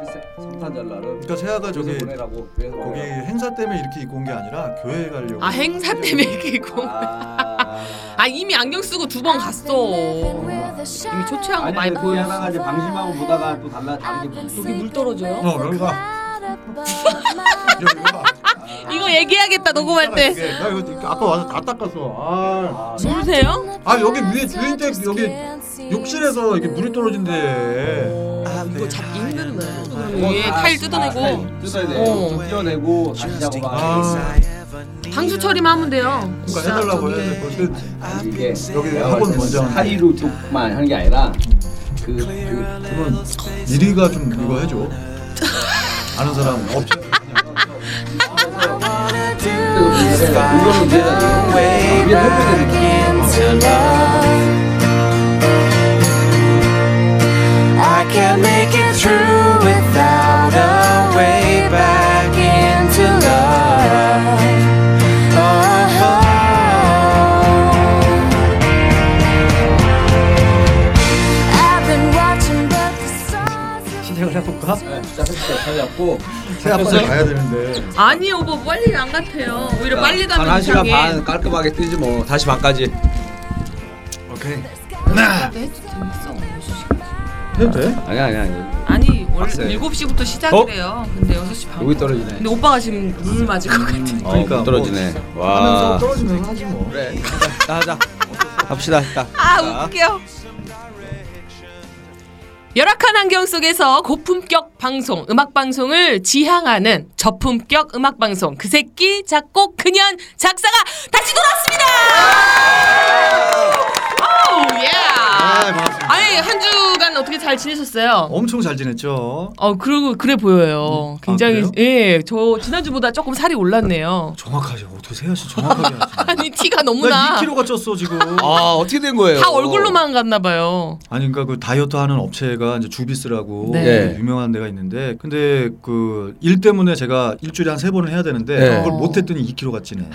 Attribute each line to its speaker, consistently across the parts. Speaker 1: 글쎄 성탄절날은
Speaker 2: 그러니까 세아가
Speaker 1: 저기
Speaker 2: 저기
Speaker 1: 보내라고 위해서
Speaker 2: 거기
Speaker 1: 보내라고.
Speaker 2: 행사 때문에 이렇게 입고 온 게 아니라 교회 가려고.
Speaker 3: 아 행사 때문에
Speaker 1: 음.
Speaker 3: 이렇게 입고 온-
Speaker 1: 아,
Speaker 3: 아 이미 안경 쓰고 두 번 갔어 이미 초췌한 거
Speaker 1: 아니
Speaker 3: 많이
Speaker 1: 아니 그
Speaker 3: 보여
Speaker 1: 하나 가지 방심하고 보다가 또 달라
Speaker 2: 아,
Speaker 1: 다르게 보는
Speaker 3: 여기 물 떨어져요?
Speaker 2: 어, 여기 가. 여기 가.
Speaker 3: 이거 얘기하겠다 녹음할
Speaker 2: 이따가
Speaker 3: 때
Speaker 2: 이게 나 이거 아까 와서 다 닦았어. 아.
Speaker 1: 아,
Speaker 3: 모르세요?
Speaker 2: 아 여기 위에 주인댁 여기 욕실에서 이렇게 물이 떨어진대.
Speaker 3: 아 이거 잡기 힘든데
Speaker 1: 네. 뭐
Speaker 3: 위에
Speaker 1: 다-
Speaker 3: 타일
Speaker 1: 아,
Speaker 3: 뜯어내고
Speaker 1: 타일 뜯어야 돼.
Speaker 3: 어.
Speaker 1: 좀 띄어내고 다시 작업하
Speaker 2: 아.
Speaker 1: 네.
Speaker 3: 방수 처리만 하면 돼요
Speaker 2: 그러니까 해달라고 해야 돼.
Speaker 1: 이게
Speaker 2: 아, 여기 학원 먼저 하는
Speaker 1: 사이로 쪽만 하는 게 아니라 그, 그 그분
Speaker 2: 미리가 좀 이거 해줘. 아는 사람 없지.
Speaker 1: 이거는 위에다 위에 해야 돼.
Speaker 4: I can't make it through without a way back into love. Uh-huh. Oh. I've been watching, but the stars have
Speaker 2: 시작을 해볼까?
Speaker 1: 네, 진짜 했어요. 잘 잡고
Speaker 2: 새 아빠를 가야 되는데.
Speaker 3: 아니 오빠 빨리 안 같아요 오히려 빨리 가면
Speaker 1: 한 시간
Speaker 3: 이상해
Speaker 1: 반 깔끔하게 뛰지 뭐 다시 반까지
Speaker 2: 오케이.
Speaker 3: 재밌어
Speaker 2: 해도 돼?
Speaker 1: 아니 아니 아니
Speaker 3: 아니 원래
Speaker 1: 빡세.
Speaker 3: 7시부터 시작이래요 근데 6시 반
Speaker 1: 여기 떨어지네
Speaker 3: 근데 오빠가 지금 눈을 맞을 것 같아
Speaker 1: 어,
Speaker 2: 그러니까 뭐
Speaker 1: 떨어지네
Speaker 2: 하면서
Speaker 1: 와
Speaker 2: 떨어지면서 하지 뭐.
Speaker 1: 그래 나 하자 갑시다 일단
Speaker 3: 아 웃겨 열악한 환경 속에서 고품격 방송 음악 방송을 지향하는 저품격 음악 방송 그 새끼 작곡 그년 작사가 다시 돌아왔습니다. 오우, 예.
Speaker 2: 아, 반갑습니다.
Speaker 3: 아니 한 주간 어떻게 잘 지내셨어요?
Speaker 2: 엄청 잘 지냈죠.
Speaker 3: 어 그러고 그래 보여요. 굉장히
Speaker 2: 음, 아, 그래요?
Speaker 3: 예, 저 지난주보다 조금 살이 올랐네요.
Speaker 2: 정확하죠. 어떻게 세아 씨 정확하게 하지?
Speaker 3: 아니 티가
Speaker 2: 나
Speaker 3: 너무나
Speaker 2: 2kg가 쪘어 지금.
Speaker 1: 아 어떻게 된 거예요
Speaker 3: 다 얼굴로만 갔나 봐요.
Speaker 2: 아니 그러니까 그 다이어트 하는 업체가 이제 주비스라고
Speaker 3: 네.
Speaker 2: 그 유명한 데가 있는데 근데 그 일 때문에 제가 일주일에 한 세 번을 해야 되는데
Speaker 1: 네.
Speaker 2: 그걸 못 했더니 2kg가 찌네.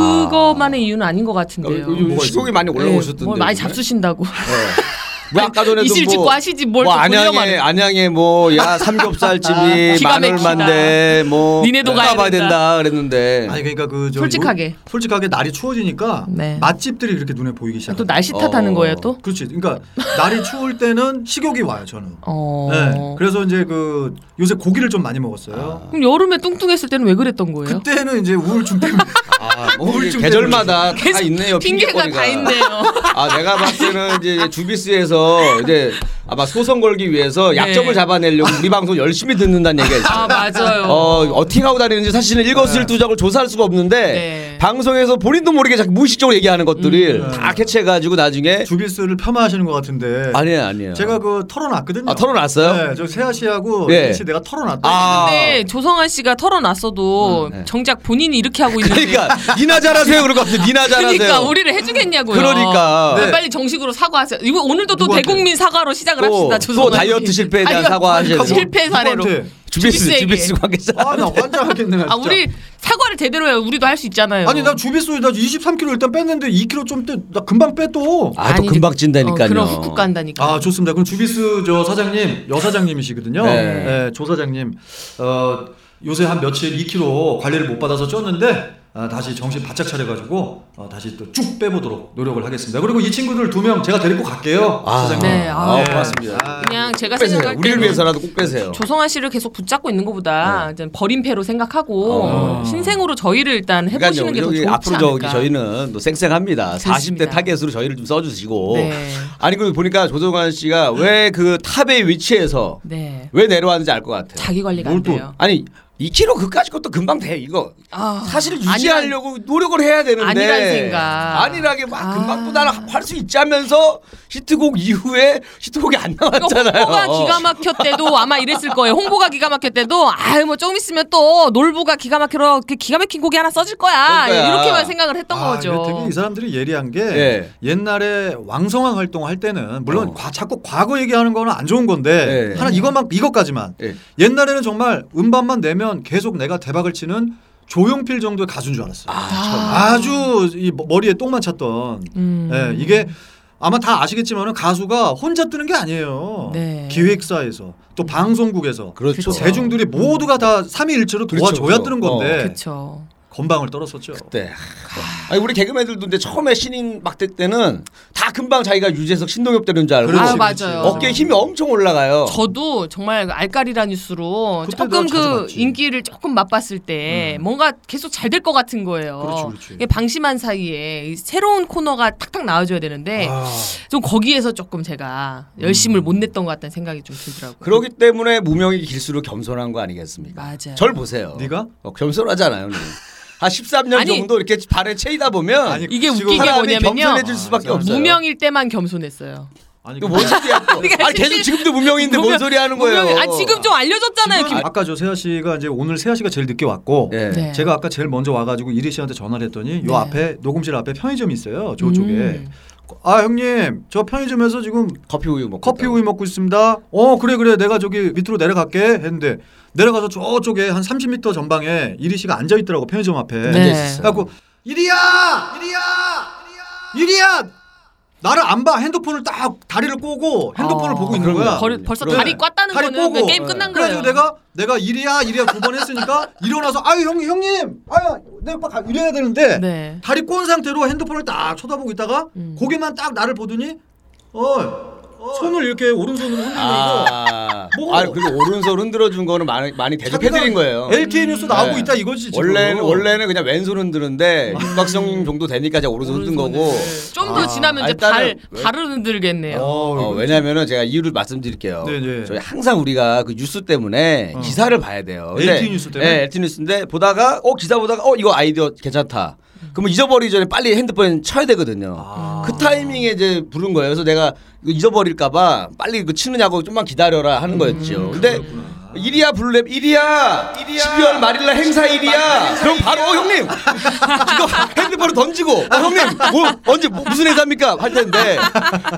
Speaker 3: 그거만의 이유는 아닌 것 같은데요.
Speaker 1: 어. 요즘 시속이 많이 올라오셨던데
Speaker 3: 네, 뭘 많이 잡수신다고.
Speaker 1: 뭐 아까 전에도
Speaker 3: 이실
Speaker 1: 뭐-
Speaker 3: 짓고 하시지 뭘
Speaker 1: 뭐
Speaker 3: 또 돌려
Speaker 1: 안양에
Speaker 3: 말해.
Speaker 1: 안양에 뭐야 삼겹살집이
Speaker 3: 기가
Speaker 1: 만
Speaker 3: 막히다.
Speaker 1: 얼마인데 뭐
Speaker 3: 니네도 가야
Speaker 1: 가봐야
Speaker 3: 된다.
Speaker 1: 된다 그랬는데
Speaker 2: 아니 그러니까 그 저기
Speaker 3: 솔직하게.
Speaker 2: 뭐- 솔직하게 날이 추워지니까
Speaker 3: 네.
Speaker 2: 맛집들이 그렇게 눈에 보이기 시작.
Speaker 3: 또 날씨 탓하는
Speaker 1: 어.
Speaker 3: 거예요 또?
Speaker 2: 그렇지. 그러니까 날이 추울 때는 식욕이 와요 저는.
Speaker 3: 어.
Speaker 2: 네. 그래서 이제 그 요새 고기를 좀 많이 먹었어요.
Speaker 3: 그럼 여름에 뚱뚱했을 때는 왜 그랬던 거예요?
Speaker 2: 그때는 이제 우울증 때문에
Speaker 1: 아, 뭐 이게
Speaker 2: 우울증
Speaker 1: 계절마다 다
Speaker 3: 계속
Speaker 1: 있네요.
Speaker 3: 핑계가 다 있네요.
Speaker 1: 아, 내가 봤을 때는 이제 주비스에서 이제 아마 소송 걸기 위해서
Speaker 3: 네.
Speaker 1: 약점을 잡아내려고 우리 방송 열심히 듣는다는 얘기가 있어요.
Speaker 3: 아 맞아요.
Speaker 1: 어, 어떻게 하고 다니는지 사실은 일거수일투족을 조사할 수가 없는데
Speaker 3: 네.
Speaker 1: 방송에서 본인도 모르게 자꾸 무의식적으로 얘기하는 것들을
Speaker 2: 음.
Speaker 1: 다 캐치해가지고
Speaker 3: 네.
Speaker 1: 나중에
Speaker 2: 주비스를 폄하하시는 것 같은데.
Speaker 1: 아니에요, 아니에요.
Speaker 2: 제가 그 털어놨거든요.
Speaker 1: 아, 털어놨어요?
Speaker 2: 네, 저 세아 씨하고
Speaker 1: 예.
Speaker 2: 같이 내가 털어놨다.
Speaker 1: 아.
Speaker 3: 근데 조성한 씨가 털어놨어도
Speaker 1: 음, 네.
Speaker 3: 정작 본인이 이렇게 하고 있는데.
Speaker 1: 그러니까 니나 잘하세요 그럴 것 같아. 니나 잘하세요.
Speaker 3: 그러니까 우리를 해주겠냐고요.
Speaker 1: 그러니까.
Speaker 3: 그럼
Speaker 2: 네.
Speaker 3: 빨리 정식으로 사과하세요. 이거 오늘도 또
Speaker 2: 누구한테?
Speaker 3: 대국민 사과로 시작을
Speaker 1: 또,
Speaker 3: 합시다.
Speaker 1: 또
Speaker 3: 조성한
Speaker 1: 다이어트
Speaker 3: 씨.
Speaker 1: 실패에 대한
Speaker 3: 아니,
Speaker 1: 사과하셔야 돼요.
Speaker 3: 아니, 실패 사례로.
Speaker 2: 누구한테?
Speaker 1: 주비스,
Speaker 3: 주비스에게.
Speaker 1: 주비스 관계자.
Speaker 2: 아, 나 환장하겠네. 나
Speaker 3: 아
Speaker 2: 진짜.
Speaker 3: 우리 사과를 제대로 해요. 우리도 할 수 있잖아요.
Speaker 2: 아니 나 주비스 나 23kg 일단 뺐는데 2kg 좀 떼. 나 금방 빼또.
Speaker 1: 아, 또
Speaker 3: 아니,
Speaker 1: 금방 찐다니까요.
Speaker 3: 어, 그럼 훅훅 간다니까.
Speaker 2: 아 좋습니다. 그럼 주비스 저 사장님 여 사장님이시거든요.
Speaker 1: 네.
Speaker 2: 네. 조 사장님 어, 요새 한 며칠 2kg 관리를 못 받아서 쪘는데 아, 다시 정신 바짝 차려가지고 어, 다시 또 쭉 빼보도록 노력을 하겠습니다. 그리고 이 친구들 두 명 제가 데리고 갈게요.
Speaker 1: 아,
Speaker 2: 사장님.
Speaker 3: 네, 아.
Speaker 1: 아, 고맙습니다.
Speaker 2: 아,
Speaker 3: 그냥 제가
Speaker 1: 빼세요.
Speaker 3: 생각할
Speaker 1: 우리를
Speaker 3: 때는
Speaker 1: 위해서라도 네. 꼭 빼세요.
Speaker 3: 조성아 씨를 계속 붙잡고 있는 것보다 이제 버림패로 생각하고
Speaker 1: 어.
Speaker 3: 신생으로 저희를 일단 해보시는 게 더
Speaker 1: 여기
Speaker 3: 좋지
Speaker 1: 앞으로
Speaker 3: 않을까.
Speaker 1: 저기 저희는 또 쌩쌩합니다. 40대
Speaker 3: 좋습니다.
Speaker 1: 타겟으로 저희를 좀 써주시고.
Speaker 3: 네.
Speaker 1: 아니 그리고 보니까 조성환 씨가 왜 그 탑의 위치에서
Speaker 3: 네.
Speaker 1: 왜 내려왔는지 알 것 같아요.
Speaker 3: 자기 관리가 안
Speaker 2: 뭘 또-
Speaker 3: 돼요.
Speaker 1: 아니 2kg 그까지 것도 금방 돼 이거.
Speaker 3: 아,
Speaker 1: 사실
Speaker 3: 아니란-
Speaker 1: 유지하려고 노력을 해야 되는데
Speaker 3: 아니란 생각.
Speaker 1: 안일하게 막
Speaker 3: 아.
Speaker 1: 금방 또 나는 할수 있자면서 히트곡 이후에 히트곡이 안
Speaker 3: 그러니까
Speaker 1: 나왔잖아요.
Speaker 3: 홍보가 기가 막혔 때도 아마 이랬을 거예요. 홍보가 기가 막혔 때도 아유 뭐 조금 있으면 또 놀부가 기가 막히러 이렇게 기가 막힌 곡이 하나 써질 거야.
Speaker 1: 그러니까요.
Speaker 3: 이렇게만 생각을 했던
Speaker 2: 아,
Speaker 3: 거죠.
Speaker 2: 근데 되게 이 사람들이 예리한 게
Speaker 1: 예.
Speaker 2: 옛날에 왕성한 활동할 때는 물론
Speaker 1: 어.
Speaker 2: 과- 자꾸 과거 얘기하는 거는 안 좋은 건데
Speaker 1: 예.
Speaker 2: 하나 이것만 이것까지만
Speaker 1: 예.
Speaker 2: 옛날에는 정말 음반만 내면 계속 내가 대박을 치는 조용필 정도의 가수인 줄 알았어요. 아, 주이 머- 머리에 똥만 찼던.
Speaker 3: 음.
Speaker 2: 예, 이게 아마 다 아시겠지만은 가수가 혼자 뜨는 게 아니에요.
Speaker 3: 네. 음.
Speaker 2: 기획사에서 또 방송국에서
Speaker 1: 그렇죠.
Speaker 2: 또 대중들이 모두가 다 삼위일체로
Speaker 1: 그렇죠,
Speaker 2: 도와줘야
Speaker 1: 그렇죠.
Speaker 2: 뜨는 건데
Speaker 3: 그렇죠.
Speaker 2: 건방을 떨었었죠.
Speaker 1: 때. 네. 아니 우리 개그맨들도 이제 처음에 신인 막대 때는 다 금방 자기가 유재석 신동엽 되는 줄 알고
Speaker 2: 그렇지,
Speaker 3: 아,
Speaker 2: 그렇지.
Speaker 3: 맞아요.
Speaker 1: 어깨에 힘이 엄청 올라가요.
Speaker 3: 저도 정말 알까리라 뉴스로
Speaker 2: 그때도
Speaker 3: 조금
Speaker 2: 자주
Speaker 3: 그
Speaker 2: 봤지. 음.
Speaker 3: 인기를 조금 맛봤을 때 뭔가 계속 잘 될 것 같은 거예요.
Speaker 2: 그렇지, 그렇지.
Speaker 3: 이게 방심한 사이에 이 새로운 코너가 탁탁 나와줘야 되는데
Speaker 2: 아, 음.
Speaker 3: 좀 거기에서 조금 제가 열심을 못 냈던 것 같다는 생각이 좀 들더라고요.
Speaker 1: 그러기 때문에 무명이 길수록 겸손한 거 아니겠습니까?
Speaker 3: 맞아요.
Speaker 1: 절 보세요.
Speaker 2: 네가?
Speaker 1: 어, 겸손하잖아요. 우리. 한 13년
Speaker 3: 아니.
Speaker 1: 정도 이렇게 발에 채이다 보면
Speaker 2: 아니,
Speaker 3: 이게
Speaker 2: 지금
Speaker 3: 웃긴 게
Speaker 1: 사람이
Speaker 3: 뭐냐면요.
Speaker 1: 겸손해질 수밖에
Speaker 2: 아,
Speaker 1: 없어요.
Speaker 3: 무명일 때만 겸손했어요.
Speaker 2: 아니 그
Speaker 1: 이거 뭔 소리야? 또. 아니 계속 지금도 무명인데 뭔
Speaker 3: 그러니까 무명-
Speaker 1: 소리 하는 거예요?
Speaker 3: 무명이- 아 지금 좀 알려졌잖아요. 김...
Speaker 2: 지금 아까 저 세아 씨가 이제 오늘 세아 씨가 제일 늦게 왔고
Speaker 1: 예.
Speaker 3: 네.
Speaker 2: 제가 아까 제일 먼저 와가지고 이리 씨한테 전화를 했더니
Speaker 3: 네.
Speaker 2: 요 앞에 녹음실 앞에 편의점이 있어요 저쪽에
Speaker 3: 음.
Speaker 2: 아 형님 저 편의점에서 지금
Speaker 1: 커피 우유 먹고
Speaker 2: 커피
Speaker 1: 있다고.
Speaker 2: 우유 먹고 있습니다 어 그래 그래 내가 저기 밑으로 내려갈게 했는데 내려가서 저쪽에 한 30m 전방에 이리 씨가 앉아 있더라고 편의점 앞에
Speaker 3: 네.
Speaker 1: 앉아있었어요.
Speaker 2: 그래갖고 이리야 이리야 이리야 나를 안 봐 핸드폰을 딱 다리를 꼬고 핸드폰을
Speaker 3: 아,
Speaker 2: 보고 있는 거야 네.
Speaker 1: 그럼요. 네.
Speaker 3: 벌- 벌써
Speaker 1: 그래.
Speaker 3: 다리 꽈다는
Speaker 2: 다리
Speaker 3: 거는 네,
Speaker 2: 꼬고. 아, 네.
Speaker 3: 게임 끝난 거예요.
Speaker 2: 그래가지고 내가 내가 이리야 이리야 두 번 했으니까 일어나서 아유 형 형님 아유 내가 막 가- 이래야 되는데
Speaker 3: 네.
Speaker 2: 다리 꼬은 상태로 핸드폰을 딱 쳐다보고 있다가
Speaker 3: 음.
Speaker 2: 고개만 딱 나를 보더니 어, 어. 손을 이렇게 오른손으로 흔들고
Speaker 1: 아,
Speaker 2: 뭐.
Speaker 1: 아 그리고 오른손 흔들어 준 거는 많이 많이 대접해드린 거예요.
Speaker 2: LTE 뉴스 나오고
Speaker 1: 네.
Speaker 2: 있다 이거지 지금.
Speaker 1: 원래는 원래는 그냥 왼손 흔드는데 육박성 정도 되니까 이제 오른손 흔든 거고.
Speaker 3: 좀 더
Speaker 2: 아,
Speaker 3: 지나면 이제 발
Speaker 1: 일단은 왜-
Speaker 3: 발을 흔들겠네요.
Speaker 2: 어,
Speaker 1: 어,
Speaker 2: 이거
Speaker 1: 왜냐면은 제가 이유를 말씀드릴게요.
Speaker 2: 네네.
Speaker 1: 저희 항상 우리가 그 뉴스 때문에
Speaker 2: 어.
Speaker 1: 기사를 봐야 돼요. 근데-
Speaker 2: LTE 뉴스 때문에?
Speaker 1: 네, LTE 뉴스인데 보다가 어 기사 보다가 어 이거 아이디어 괜찮다. 그러면 잊어버리기 전에 빨리 핸드폰 쳐야 되거든요.
Speaker 2: 아.
Speaker 1: 그 타이밍에 이제 부른 거예요. 그래서 내가 이거 잊어버릴까봐 빨리 그 치느냐고 좀만 기다려라 하는 거였죠. 근데 일이야 블랙 일이야 12월 말일날 행사 일이야. 그럼 바로 어, 형님 이거 핸드폰을 던지고 어, 형님 뭐, 언제 뭐, 무슨 행사입니까 할 텐데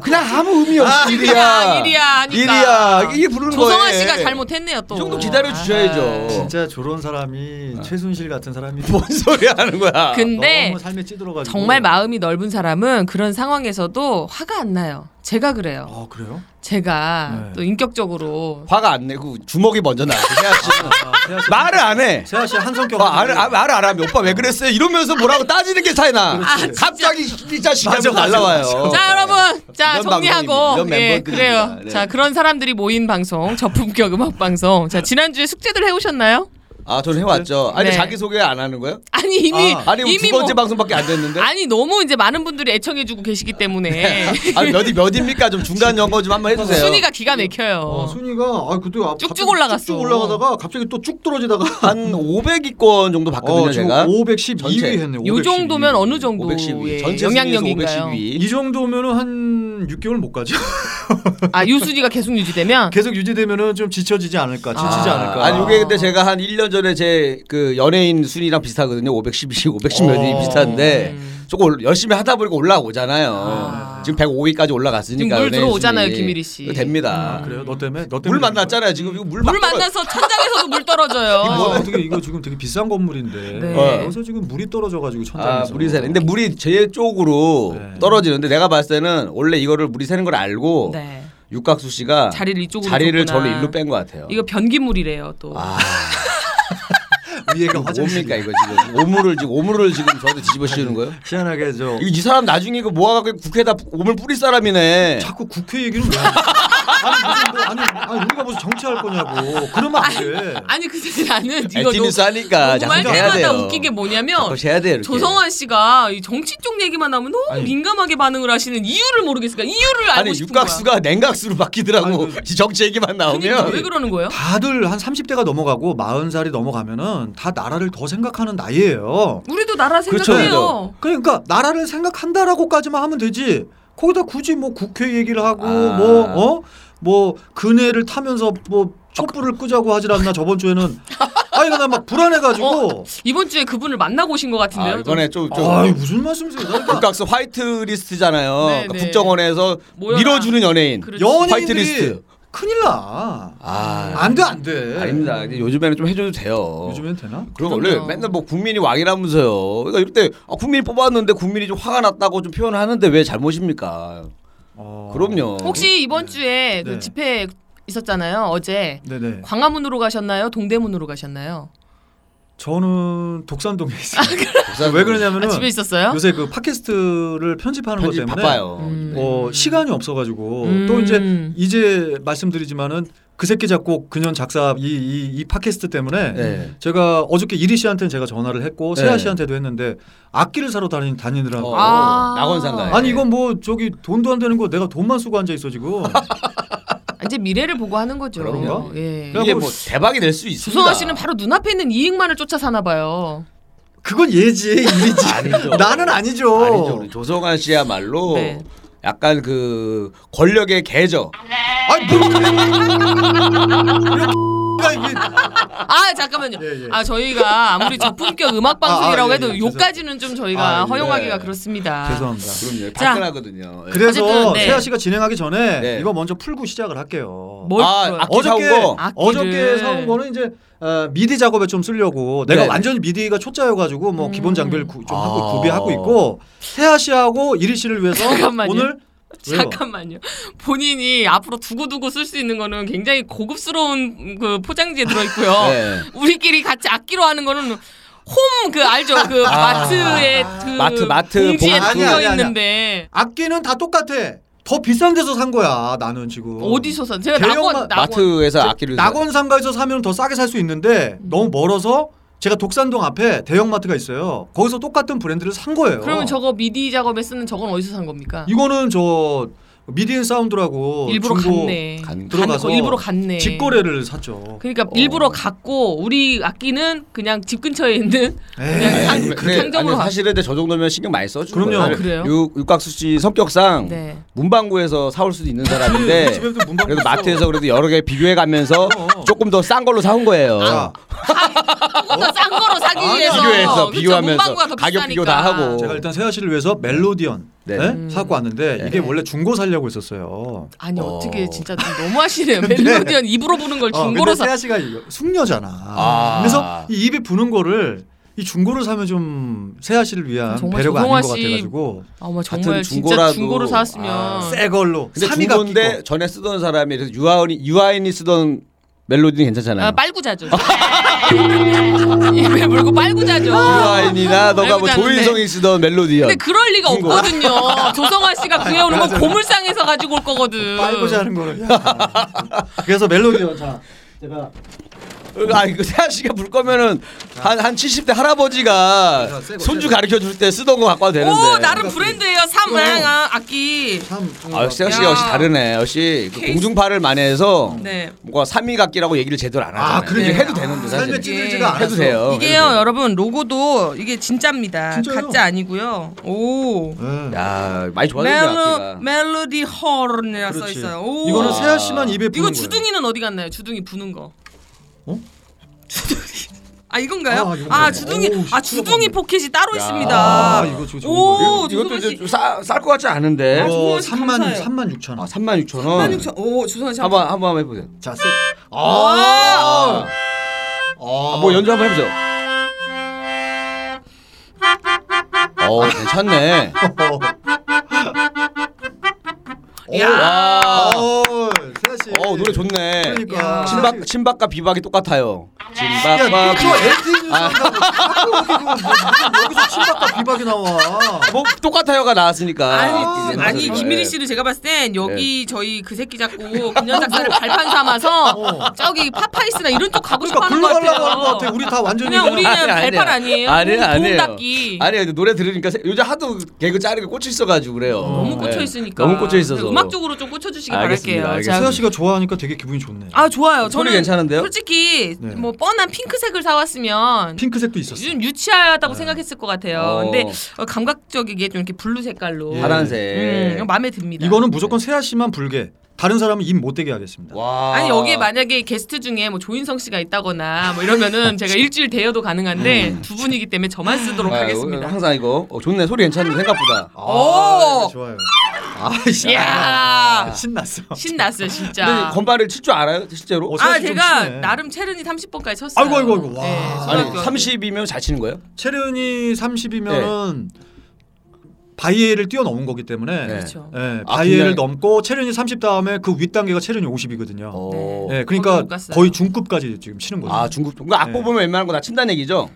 Speaker 1: 그냥 아무 의미 없이
Speaker 3: 아,
Speaker 1: 일이야
Speaker 3: 일이야 하니까.
Speaker 1: 일이야 이게 부르는 거예요.
Speaker 3: 조성아 씨가 잘못했네요 또.
Speaker 1: 이 정도 기다려 주셔야죠.
Speaker 2: 진짜 저런 사람이
Speaker 1: 네.
Speaker 2: 최순실 같은 사람이
Speaker 1: 뭔 소리 하는 거야?
Speaker 3: 아, 근데
Speaker 1: 네.
Speaker 2: 너무 삶에 찌들어가지고
Speaker 3: 정말 마음이 넓은 사람은 그런 상황에서도 화가 안 나요. 제가 그래요.
Speaker 2: 아 그래요?
Speaker 3: 제가
Speaker 2: 네.
Speaker 3: 또 인격적으로
Speaker 1: 화가 안 내고 그 주먹이 먼저 나.
Speaker 2: 아, 세아 씨-
Speaker 1: 말을 안 해.
Speaker 2: 세아 씨 한성격
Speaker 1: 아, 알, 아, 말을 안 하면 오빠 왜 그랬어요? 이러면서 뭐라고 따지는 게 차이 나.
Speaker 3: 그렇지. 아,
Speaker 1: 갑자기 진짜
Speaker 2: 맞아,
Speaker 1: 시간이
Speaker 2: 맞아,
Speaker 1: 날라와요.
Speaker 3: 자 여러분 자
Speaker 1: 어, 네. 이런
Speaker 3: 정리하고
Speaker 1: 방송입니다. 이런
Speaker 3: 예
Speaker 1: 멤버들입니다.
Speaker 3: 그래요
Speaker 1: 네.
Speaker 3: 자 그런 사람들이 모인 방송 저품격 음악 방송 자 지난주에 숙제들 해오셨나요
Speaker 1: 아, 저는 해왔죠. 아니
Speaker 3: 네.
Speaker 1: 자기 소개 안 하는 거예요?
Speaker 3: 아니 이미
Speaker 2: 아,
Speaker 1: 아니
Speaker 3: 이미
Speaker 1: 두 번째
Speaker 3: 뭐-
Speaker 1: 방송밖에 네? 안 됐는데.
Speaker 3: 아니 너무 이제 많은 분들이 애청해주고 계시기 때문에
Speaker 1: 아, 몇이 몇입니까? 좀 중간 연거 좀 한번 해주세요.
Speaker 3: 순위가 기가 막혀요
Speaker 2: 어, 순위가 아 그때 아,
Speaker 3: 쭉쭉
Speaker 2: 갑자기
Speaker 3: 올라갔어.
Speaker 2: 쭉쭉 올라가다가 갑자기 또 쭉 떨어지다가
Speaker 1: 한 500위권 정도 봤거든요,
Speaker 2: 어, 지금
Speaker 1: 제가.
Speaker 2: 512위
Speaker 1: 그러니까 전체.
Speaker 2: 했네.
Speaker 3: 요
Speaker 2: 512.
Speaker 3: 정도면 어느 정도의
Speaker 1: 512위. 전체
Speaker 3: 영향력인가요?
Speaker 1: 512위.
Speaker 2: 이 정도면은 한 6개월 못 가죠.
Speaker 3: 아 유순위가 계속 유지되면
Speaker 2: 계속 유지되면은 좀 지쳐지지 않을까, 지치지
Speaker 3: 아,
Speaker 2: 않을까.
Speaker 1: 아니 이게 근데 제가 한 1년 전에 제 그 연예인 순위랑 비슷하거든요. 512, 510 몇이
Speaker 2: 어.
Speaker 1: 비슷한데 조금 올- 열심히 하다 보니까 올라오잖아요.
Speaker 3: 음. 아.
Speaker 1: 지금 105위까지 올라갔으니까
Speaker 3: 지금 물
Speaker 1: 연예인
Speaker 3: 들어오잖아요,
Speaker 1: 순위.
Speaker 3: 김일희 씨. 음.
Speaker 1: 그거 됩니다.
Speaker 2: 아, 그래요? 너 때문에 너 때문에
Speaker 1: 물 만났잖아요. 지금 이거 물,
Speaker 3: 물
Speaker 1: 막 떨어-
Speaker 3: 만나서 천장에서도
Speaker 2: 아,
Speaker 3: 물
Speaker 2: 이거
Speaker 3: 떨어져요.
Speaker 2: 뭐야? 어떻게 이거 지금 되게 비싼 건물인데
Speaker 3: 네.
Speaker 1: 어.
Speaker 2: 여기서 지금 물이 떨어져가지고
Speaker 1: 아,
Speaker 2: 천장에서
Speaker 1: 물이 새는. 근데 물이 제 쪽으로
Speaker 2: 네.
Speaker 1: 떨어지는데 내가 봤을 때는 원래 이거를 물이 새는 걸 알고
Speaker 3: 네.
Speaker 1: 육각수 씨가
Speaker 3: 자리를 이쪽으로
Speaker 1: 자리를
Speaker 3: 줬구나.
Speaker 1: 저로 일로 뺀 것 같아요.
Speaker 3: 이거 변기물이래요 또.
Speaker 1: 어. 아,
Speaker 2: 위에가
Speaker 1: 뭡니까
Speaker 2: 화장실이야.
Speaker 1: 이거 지금 오물을 지금 오물을 지금 저한테 뒤집어 씌우는 거예요?
Speaker 2: 희한하게 저
Speaker 1: 이, 이 사람 나중에 이거 모아갖고 국회에다 오물 뿌릴 사람이네.
Speaker 2: 자꾸 국회 얘기는 왜? 하냐. 아니, 무슨 뭐, 아니, 아니 우리가 무슨 정치할 거냐고. 그러면 안 돼.
Speaker 3: 아니 근데 나는 이거 너무
Speaker 1: 에티뉴스 하니까
Speaker 3: 정말
Speaker 1: 잠깐 해야
Speaker 3: 때마다
Speaker 1: 돼요.
Speaker 3: 웃긴 게 뭐냐면
Speaker 1: 해야 돼요. 이렇게.
Speaker 3: 조성환 씨가 이 정치 쪽 얘기만 하면 너무
Speaker 2: 아니.
Speaker 3: 민감하게 반응을 하시는 이유를 모르겠으니까 이유를 알고
Speaker 1: 아니
Speaker 3: 싶은 거야.
Speaker 1: 육각수가 냉각수로 바뀌더라고.
Speaker 2: 아니,
Speaker 1: 정치 얘기만
Speaker 3: 그러니까
Speaker 1: 나오면.
Speaker 3: 왜 그러는 거예요?
Speaker 2: 다들 한 30대가 넘어가고 40살이 넘어가면은 다 나라를 더 생각하는 나이예요.
Speaker 3: 우리도 나라
Speaker 1: 그렇죠.
Speaker 3: 생각해요.
Speaker 2: 그러니까 나라를 생각한다라고까지만 하면 되지. 거기다 굳이 뭐 국회 얘기를 하고
Speaker 1: 아.
Speaker 2: 뭐 어? 뭐 근해를 타면서 뭐 촛불을 끄자고 하질 않나 저번 주에는 아니 나막 불안해 가지고
Speaker 3: 이번 주에 그분을 만나고 오신 것
Speaker 1: 아,
Speaker 3: 같은데요.
Speaker 1: 이번에 좀, 좀
Speaker 2: 아, 이 무슨 말씀이세요? 그러니까
Speaker 1: 육각수 화이트 리스트잖아요.
Speaker 3: 네,
Speaker 1: 그러니까
Speaker 3: 네.
Speaker 1: 국정원에서
Speaker 3: 모여라.
Speaker 1: 밀어주는 연예인.
Speaker 3: 그렇지.
Speaker 2: 연예인들이
Speaker 1: 화이트 리스트.
Speaker 2: 큰일 나.
Speaker 1: 아,
Speaker 2: 안 돼, 안 돼.
Speaker 1: 아닙니다. 어. 이제 요즘에는 좀 해줘도 돼요.
Speaker 2: 네. 요즘엔 되나?
Speaker 1: 그런 거 원래
Speaker 3: 그럼요.
Speaker 1: 맨날 뭐 국민이 왕이라면서요. 그러니까 이럴 때 아, 국민이 뽑았는데 국민이 좀 화가 났다고 좀 표현을 하는데 왜 잘못입니까?
Speaker 2: 어.
Speaker 1: 그럼요.
Speaker 3: 혹시 이번 주에 그
Speaker 2: 네.
Speaker 3: 집회 있었잖아요. 어제
Speaker 2: 네네.
Speaker 3: 광화문으로 가셨나요? 동대문으로 가셨나요?
Speaker 2: 저는 독산동에 있어요.
Speaker 1: 독산동.
Speaker 2: 왜 그러냐면은
Speaker 3: 아, 집에 있었어요?
Speaker 2: 요새 그 팟캐스트를 편집하는 것
Speaker 1: 편집
Speaker 2: 때문에
Speaker 1: 바빠요.
Speaker 3: 음.
Speaker 2: 어, 시간이 없어가지고
Speaker 3: 음.
Speaker 2: 또 이제 이제 말씀드리지만은 그 새끼 작곡 그년 작사 이 이 이 팟캐스트 때문에
Speaker 1: 네.
Speaker 2: 제가 어저께 이리 씨한테는 제가 전화를 했고 세아
Speaker 1: 네.
Speaker 2: 씨한테도 했는데 악기를 사러 다니 다니느라고
Speaker 1: 어,
Speaker 3: 아.
Speaker 1: 낙원상가에.
Speaker 2: 아니 이건 뭐 저기 돈도 안 되는 거 내가 돈만 쓰고 앉아 있어 지금
Speaker 3: 아, 이제 미래를 보고 하는 거죠.
Speaker 2: 그런가? 그러니까.
Speaker 3: 예.
Speaker 1: 이게 뭐 대박이 될 수 있습니다.
Speaker 3: 조성아 씨는 바로 눈앞에 있는 이익만을 쫓아 사나 봐요.
Speaker 2: 그건 얘지 이리지
Speaker 1: 아니죠.
Speaker 2: 나는 아니죠.
Speaker 1: 아니죠. 그렇죠. 우리 조성환 씨야말로
Speaker 3: 네.
Speaker 1: 약간 그 권력의 계저.
Speaker 2: 아니 뭐 이런 이게
Speaker 3: 아 잠깐만요.
Speaker 2: 예, 예.
Speaker 3: 아 저희가 아무리 저품격 음악 방송이라고
Speaker 2: 아, 예, 예.
Speaker 3: 해도
Speaker 2: 죄송-
Speaker 3: 요까지는 좀 저희가
Speaker 2: 아, 예.
Speaker 3: 허용하기가 그렇습니다.
Speaker 2: 죄송합니다.
Speaker 1: 그럼요.
Speaker 3: 자.
Speaker 1: 발끈하거든요. 예.
Speaker 2: 그래서
Speaker 3: 아. 어쨌든, 네.
Speaker 2: 세아 씨가 진행하기 전에
Speaker 1: 네.
Speaker 2: 이거 먼저 풀고 시작을 할게요.
Speaker 3: 뭘
Speaker 1: 아,
Speaker 3: 풀어요?
Speaker 1: 아, 악기
Speaker 2: 어저께
Speaker 1: 사온 거?
Speaker 2: 어저께
Speaker 3: 악기를.
Speaker 2: 사온 거는 이제 어, 미디 작업에 좀 쓰려고 내가
Speaker 1: 네.
Speaker 2: 완전히 미디가 초짜여가지고 뭐
Speaker 3: 음.
Speaker 2: 기본 장비를 구, 좀 하고
Speaker 1: 아.
Speaker 2: 구비하고 있고 세아 씨하고 이리 씨를 위해서
Speaker 3: 잠깐만요.
Speaker 2: 오늘 왜요?
Speaker 3: 잠깐만요. 본인이 앞으로 두고두고 쓸 수 있는 거는 굉장히 고급스러운 그 포장지에 들어 있고요.
Speaker 1: 네.
Speaker 3: 우리끼리 같이 악기로 하는 거는 홈 그 알죠? 그
Speaker 2: 아.
Speaker 3: 마트의 그
Speaker 1: 마트, 마트
Speaker 3: 봉지에
Speaker 1: 봉투.
Speaker 2: 아니야,
Speaker 3: 담겨
Speaker 2: 아니야, 아니야.
Speaker 3: 있는데
Speaker 2: 악기는 다 똑같아. 더 비싼 데서 산 거야 나는 지금.
Speaker 3: 어디서 산? 제가
Speaker 2: 대형마-
Speaker 3: 낙원 낙원
Speaker 1: 마트에서 악기를 사-
Speaker 2: 낙원 상가에서 사면 더 싸게 살 수 있는데
Speaker 3: 음.
Speaker 2: 너무 멀어서 제가 독산동 앞에 대형마트가 있어요. 거기서 똑같은 브랜드를 산 거예요.
Speaker 3: 그러면 저거 미디 작업에 쓰는 저건 어디서 산 겁니까?
Speaker 2: 이거는 저 미디앤 사운드라고
Speaker 3: 일부러
Speaker 2: 중고
Speaker 3: 갔네.
Speaker 1: 간-
Speaker 2: 들어가서
Speaker 3: 간- 일부러 갔네.
Speaker 2: 직거래를 샀죠.
Speaker 3: 그러니까
Speaker 1: 어.
Speaker 3: 일부러 갔고 우리 악기는 그냥 집 근처에 있는
Speaker 2: 에이,
Speaker 3: 상-
Speaker 1: 그래,
Speaker 3: 그 상점으로
Speaker 1: 아니,
Speaker 3: 가-
Speaker 1: 사실은 근데 저 정도면 신경 많이 써주는
Speaker 2: 그럼요.
Speaker 1: 거예요.
Speaker 2: 아,
Speaker 3: 그래요?
Speaker 1: 육, 육각수 씨 성격상
Speaker 3: 네.
Speaker 1: 문방구에서 사올 수도 있는 사람인데
Speaker 2: 아, 집에도 문방구
Speaker 1: 그래도
Speaker 2: 있어.
Speaker 1: 마트에서 그래도 여러 개 비교해 가면서
Speaker 2: 어. 아,
Speaker 1: 조금 더 싼 걸로 사온 거예요.
Speaker 2: 자, 어?
Speaker 3: 조금 더싼 거로 사기
Speaker 2: 아니야.
Speaker 3: 위해서
Speaker 1: 비교해서,
Speaker 3: 그쵸?
Speaker 1: 비교하면서
Speaker 3: 문방구가 더
Speaker 1: 가격
Speaker 3: 비싸니까.
Speaker 1: 비교 다 하고.
Speaker 2: 제가 일단 세아 씨를 위해서 멜로디언
Speaker 1: 네.
Speaker 2: 예?
Speaker 1: 음.
Speaker 2: 사고 왔는데 이게
Speaker 3: 네.
Speaker 2: 원래 중고 살려고 했었어요.
Speaker 3: 아니
Speaker 1: 어.
Speaker 3: 어떻게 진짜 좀 너무하시네요. 멜로디언 입으로 부는 걸
Speaker 2: 어,
Speaker 3: 중고로
Speaker 2: 근데
Speaker 3: 사.
Speaker 2: 세아 씨가 이거 숙녀잖아.
Speaker 1: 아.
Speaker 2: 그래서 이 입이 부는 거를 이 중고를 사면 좀 세아 씨를 위한
Speaker 3: 정말
Speaker 2: 배려가 아닌
Speaker 3: 조성아
Speaker 2: 것
Speaker 3: 씨.
Speaker 2: 같아가지고
Speaker 3: 어머
Speaker 1: 같은
Speaker 3: 정말
Speaker 1: 중고라도-
Speaker 3: 진짜 중고로 사왔으면
Speaker 1: 아,
Speaker 2: 새 걸로
Speaker 1: 근데
Speaker 2: 삼이가
Speaker 1: 중고인데
Speaker 2: 끼고.
Speaker 1: 전에 쓰던 사람이 그래서 유아인이 유아인이 쓰던 멜로디는 괜찮잖아요.
Speaker 3: 아, 빨구자죠. 입에 물고 빨구자죠.
Speaker 1: 유아인이나 너가 뭐
Speaker 3: 알고 자는데.
Speaker 1: 조인성이 쓰던 멜로디야.
Speaker 3: 근데 그럴 리가
Speaker 1: 중고.
Speaker 3: 없거든요. 조성아 씨가 구해오는 건
Speaker 2: 맞아요.
Speaker 3: 고물상에서 가지고 올 거거든.
Speaker 2: 빨고자 하는 거를. 야. 그래서 멜로디언 자 제가
Speaker 1: 아 이거 세아 씨가 물 거면은 한 한 70대 할아버지가
Speaker 2: 그래서 새거,
Speaker 1: 손주
Speaker 2: 새거.
Speaker 1: 가르쳐 줄 때 쓰던 거 갖고 와도 되는데.
Speaker 3: 오
Speaker 2: 그러니까
Speaker 3: 나름 브랜드예요.
Speaker 2: 어.
Speaker 3: 삼아 악기.
Speaker 2: 참.
Speaker 1: 아 세아 씨가
Speaker 3: 야.
Speaker 1: 역시 다르네. 역시 그
Speaker 3: 케이스.
Speaker 1: 공중파를 많이 해서
Speaker 3: 네.
Speaker 1: 뭔가 삼위각기라고 얘기를 제대로 안 하잖아요.
Speaker 2: 아, 그러니까.
Speaker 1: 해도 되는데 사실.
Speaker 2: 삶에 찌들지가 않아서.
Speaker 1: 해도 돼요.
Speaker 3: 이게요 여러분 로고도 이게 진짜입니다.
Speaker 2: 어, 진짜요?
Speaker 3: 가짜 아니고요. 오
Speaker 2: 예.
Speaker 1: 야 많이
Speaker 3: 멜로
Speaker 1: 좋아졌네요.
Speaker 3: 멜로디 허른이라 써
Speaker 2: 그렇지.
Speaker 3: 있어요. 오
Speaker 2: 이거는 세아
Speaker 1: 아.
Speaker 2: 씨만 입에 부는
Speaker 3: 이거
Speaker 2: 거예요.
Speaker 3: 주둥이는 어디 갔나요? 주둥이 부는 거.
Speaker 2: 어?
Speaker 3: 주둥이 아 이건가요?
Speaker 2: 아,
Speaker 3: 아,
Speaker 2: 이건가요?
Speaker 3: 주둥이
Speaker 2: 오우, 시끄러워.
Speaker 3: 아 주둥이 포켓이 따로
Speaker 1: 야.
Speaker 3: 있습니다.
Speaker 2: 아, 이거 저 좋은
Speaker 3: 오
Speaker 1: 이것도
Speaker 3: 조성아 씨.
Speaker 1: 이제 쌀것 같지 않은데.
Speaker 2: 어,
Speaker 3: 정말
Speaker 2: 3만
Speaker 3: 감사해요.
Speaker 2: 3만 6천
Speaker 1: 아
Speaker 2: 원.
Speaker 1: 3만 6천 원.
Speaker 3: 아, 오 조성아 씨. 한번
Speaker 1: 한번 한번 한번 해보세요.
Speaker 2: 자, 세. 아! 아,
Speaker 1: 아, 뭐 연주 한번 해보세요. 어 괜찮네. 와.
Speaker 2: 어, 세아 씨.
Speaker 1: 어 노래 좋네.
Speaker 2: 그러니까.
Speaker 3: 아.
Speaker 1: 침박 침박과 비박이 똑같아요.
Speaker 2: 야,
Speaker 1: 침박과
Speaker 2: 이거
Speaker 1: 비박.
Speaker 2: LTE 뉴스 한다고. 여기서 침박과 비박이 나와.
Speaker 1: 뭐 똑같아요가 나왔으니까.
Speaker 3: 아니,
Speaker 1: 이제
Speaker 3: 아니
Speaker 1: 네.
Speaker 3: 김민희 씨는 제가 봤을 땐 여기
Speaker 1: 예.
Speaker 3: 저희 그 새끼 잡고 금년 작사를 발판 삼아서
Speaker 2: 어.
Speaker 3: 저기 파파이스나 이런 쪽 가고 싶어
Speaker 2: 그러니까
Speaker 3: 하는 것
Speaker 2: 굴러가려고 하는 것
Speaker 3: 같아요.
Speaker 2: 같아. 우리 다 완전히
Speaker 3: 그냥 우리-
Speaker 1: 아니,
Speaker 3: 발판
Speaker 1: 아니에요.
Speaker 3: 아니에요? 뭐,
Speaker 1: 아니에요,
Speaker 3: 도움
Speaker 1: 아니에요.
Speaker 3: 닫기.
Speaker 1: 아니에요. 근데 노래 들으니까 세- 요즘 하도 개그 짜르게 꽂혀 있어가지고 그래요.
Speaker 3: 너무
Speaker 1: 네.
Speaker 3: 꽂혀 있으니까. 네,
Speaker 1: 너무 꽂혀 있어서.
Speaker 3: 음악적으로 좀 꽂혀 주시기
Speaker 1: 알겠습니다,
Speaker 3: 바랄게요.
Speaker 1: 알겠습니다.
Speaker 2: 세아 씨가 좋아하니까 되게 기분이 좋네.
Speaker 3: 아 좋아요.
Speaker 1: 소리
Speaker 3: 저는
Speaker 1: 괜찮은데요?
Speaker 3: 솔직히
Speaker 2: 네.
Speaker 3: 뭐 뻔한 핑크색을 사왔으면
Speaker 2: 핑크색도 네. 있었어.
Speaker 3: 좀 유치하다고 생각했을 것 같아요.
Speaker 1: 어.
Speaker 3: 근데 어, 감각적이게 좀 이렇게 블루 색깔로.
Speaker 2: 예.
Speaker 1: 파란색.
Speaker 3: 음, 이거 마음에 듭니다.
Speaker 2: 이거는 무조건 세아 씨만 불게. 다른 사람은 입 못 대게 하겠습니다.
Speaker 1: 와.
Speaker 3: 아니 여기에 만약에 게스트 중에 뭐 조인성 씨가 있다거나 뭐 이러면은 제가 일주일 대여도 가능한데
Speaker 2: 음.
Speaker 3: 두 분이기 때문에 저만 쓰도록
Speaker 1: 아,
Speaker 3: 하겠습니다.
Speaker 1: 항상 이거 어, 좋네 소리 괜찮은데 생각보다.
Speaker 2: 아,
Speaker 3: 오!
Speaker 2: 좋아요. 아이씨.
Speaker 3: 이야.
Speaker 2: 신났어.
Speaker 3: 신났어요 진짜.
Speaker 1: 근데 건반을 칠 줄 알아요? 실제로?
Speaker 2: 어,
Speaker 3: 아
Speaker 2: 사실 좀
Speaker 3: 제가
Speaker 2: 치네.
Speaker 3: 나름 체르니 30번까지 쳤어요.
Speaker 2: 아이고, 아이고, 아이고, 와.
Speaker 3: 네,
Speaker 1: 아니
Speaker 3: 초등학교
Speaker 1: 30이면 잘 치는 거예요?
Speaker 2: 체르니 30이면은 바이에를 뛰어넘은 거기
Speaker 1: 네.
Speaker 2: 때문에
Speaker 3: 그렇죠.
Speaker 2: 예,
Speaker 1: 아,
Speaker 2: 바이에를
Speaker 1: 굉장히-
Speaker 2: 넘고 체르니 30 다음에 그 윗 단계가 체르니 50이거든요.
Speaker 1: 어.
Speaker 2: 예,
Speaker 3: 거기
Speaker 2: 그러니까
Speaker 3: 못 갔어요.
Speaker 2: 거의 중급까지 지금 치는 거죠.
Speaker 1: 아 중국 그 악보
Speaker 2: 네.
Speaker 1: 보면 웬만한 거 다 친다는 얘기죠?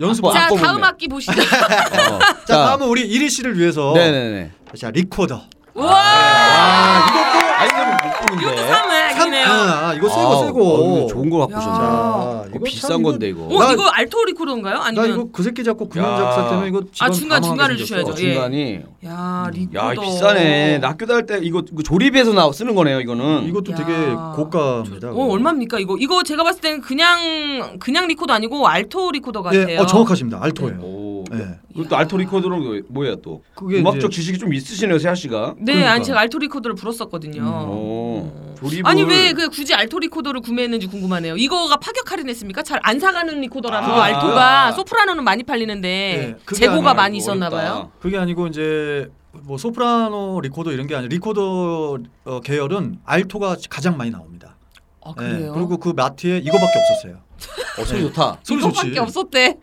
Speaker 2: 연습.
Speaker 1: 뭐
Speaker 3: 자
Speaker 1: 악보
Speaker 3: 다음
Speaker 1: 보면.
Speaker 3: 악기 보시죠.
Speaker 2: 아,
Speaker 3: 네.
Speaker 2: 자, 다음은 우리 이리 씨를
Speaker 3: 어.
Speaker 2: 위해서
Speaker 1: 네네네.
Speaker 2: 자 리코더.
Speaker 3: 우와.
Speaker 1: 아 이것도 아이들 못
Speaker 3: 이것도
Speaker 1: 보는데.
Speaker 3: 3회
Speaker 2: 예? 삼-
Speaker 3: 악기네요.
Speaker 2: 아, 이거 세고
Speaker 1: 아우,
Speaker 2: 세고.
Speaker 1: 어, 좋은 거 갖고 오셨네.
Speaker 2: 아,
Speaker 1: 이거
Speaker 2: 이거
Speaker 1: 비싼
Speaker 2: 참
Speaker 1: 건데 이거.
Speaker 3: 오
Speaker 2: 나-
Speaker 3: 어, 이거 알토리코로인가요?
Speaker 2: 나
Speaker 3: 아니면 아,
Speaker 2: 이거 그 새끼 잡고
Speaker 1: 야.
Speaker 2: 금연 작사 때문에 이거 집안
Speaker 3: 중간-
Speaker 2: 방황하게
Speaker 3: 중간을
Speaker 2: 생겼어.
Speaker 3: 주셔야죠. 예.
Speaker 1: 어, 중간이
Speaker 3: 야 리코더.
Speaker 1: 야 비싸네. 나 학교 다닐 때 이거, 이거 조립해서 나 쓰는 거네요 이거는.
Speaker 2: 이것도
Speaker 3: 예. 야.
Speaker 2: 되게 고가입니다.
Speaker 3: 어 얼마입니까 이거? 이거 제가 봤을 때는 그냥 그냥 리코더 아니고 알토 리코더 같아요.
Speaker 2: 예, 어, 정확하십니다. 알토예요.
Speaker 1: 오.
Speaker 2: 예.
Speaker 1: 그리고 또 알토 리코더는 뭐예요 또?
Speaker 2: 그게
Speaker 1: 음악적
Speaker 2: 이제-
Speaker 1: 지식이 좀 있으시네요 세아 씨가.
Speaker 3: 네, 아니
Speaker 2: 그러니까. 음,
Speaker 3: 제가 알토 리코더를 불었었거든요.
Speaker 1: 어. 조립을.
Speaker 3: 아니 왜 그 굳이 알토 리코더를 구매했는지 궁금하네요. 이거가 파격 할인했습니까? 잘 안 사가는 리코더라서
Speaker 1: 아.
Speaker 3: 알토가 소프라노는 많이 팔리는데
Speaker 2: 네, 그게
Speaker 3: 재고가
Speaker 2: 아니라
Speaker 3: 많이
Speaker 1: 이거
Speaker 3: 있었나 봐요.
Speaker 1: 어렵다.
Speaker 2: 그게 아니고 이제 뭐 소프라노 리코더 이런 게 아니라 리코더 어, 계열은 알토가 가장 많이 나옵니다.
Speaker 3: 아
Speaker 2: 예,
Speaker 3: 그래요?
Speaker 2: 그리고 그 마트에 이거밖에 없었어요.
Speaker 1: 어 소리 좋다.
Speaker 2: 소리 좋지.
Speaker 3: 이거밖에 없었대.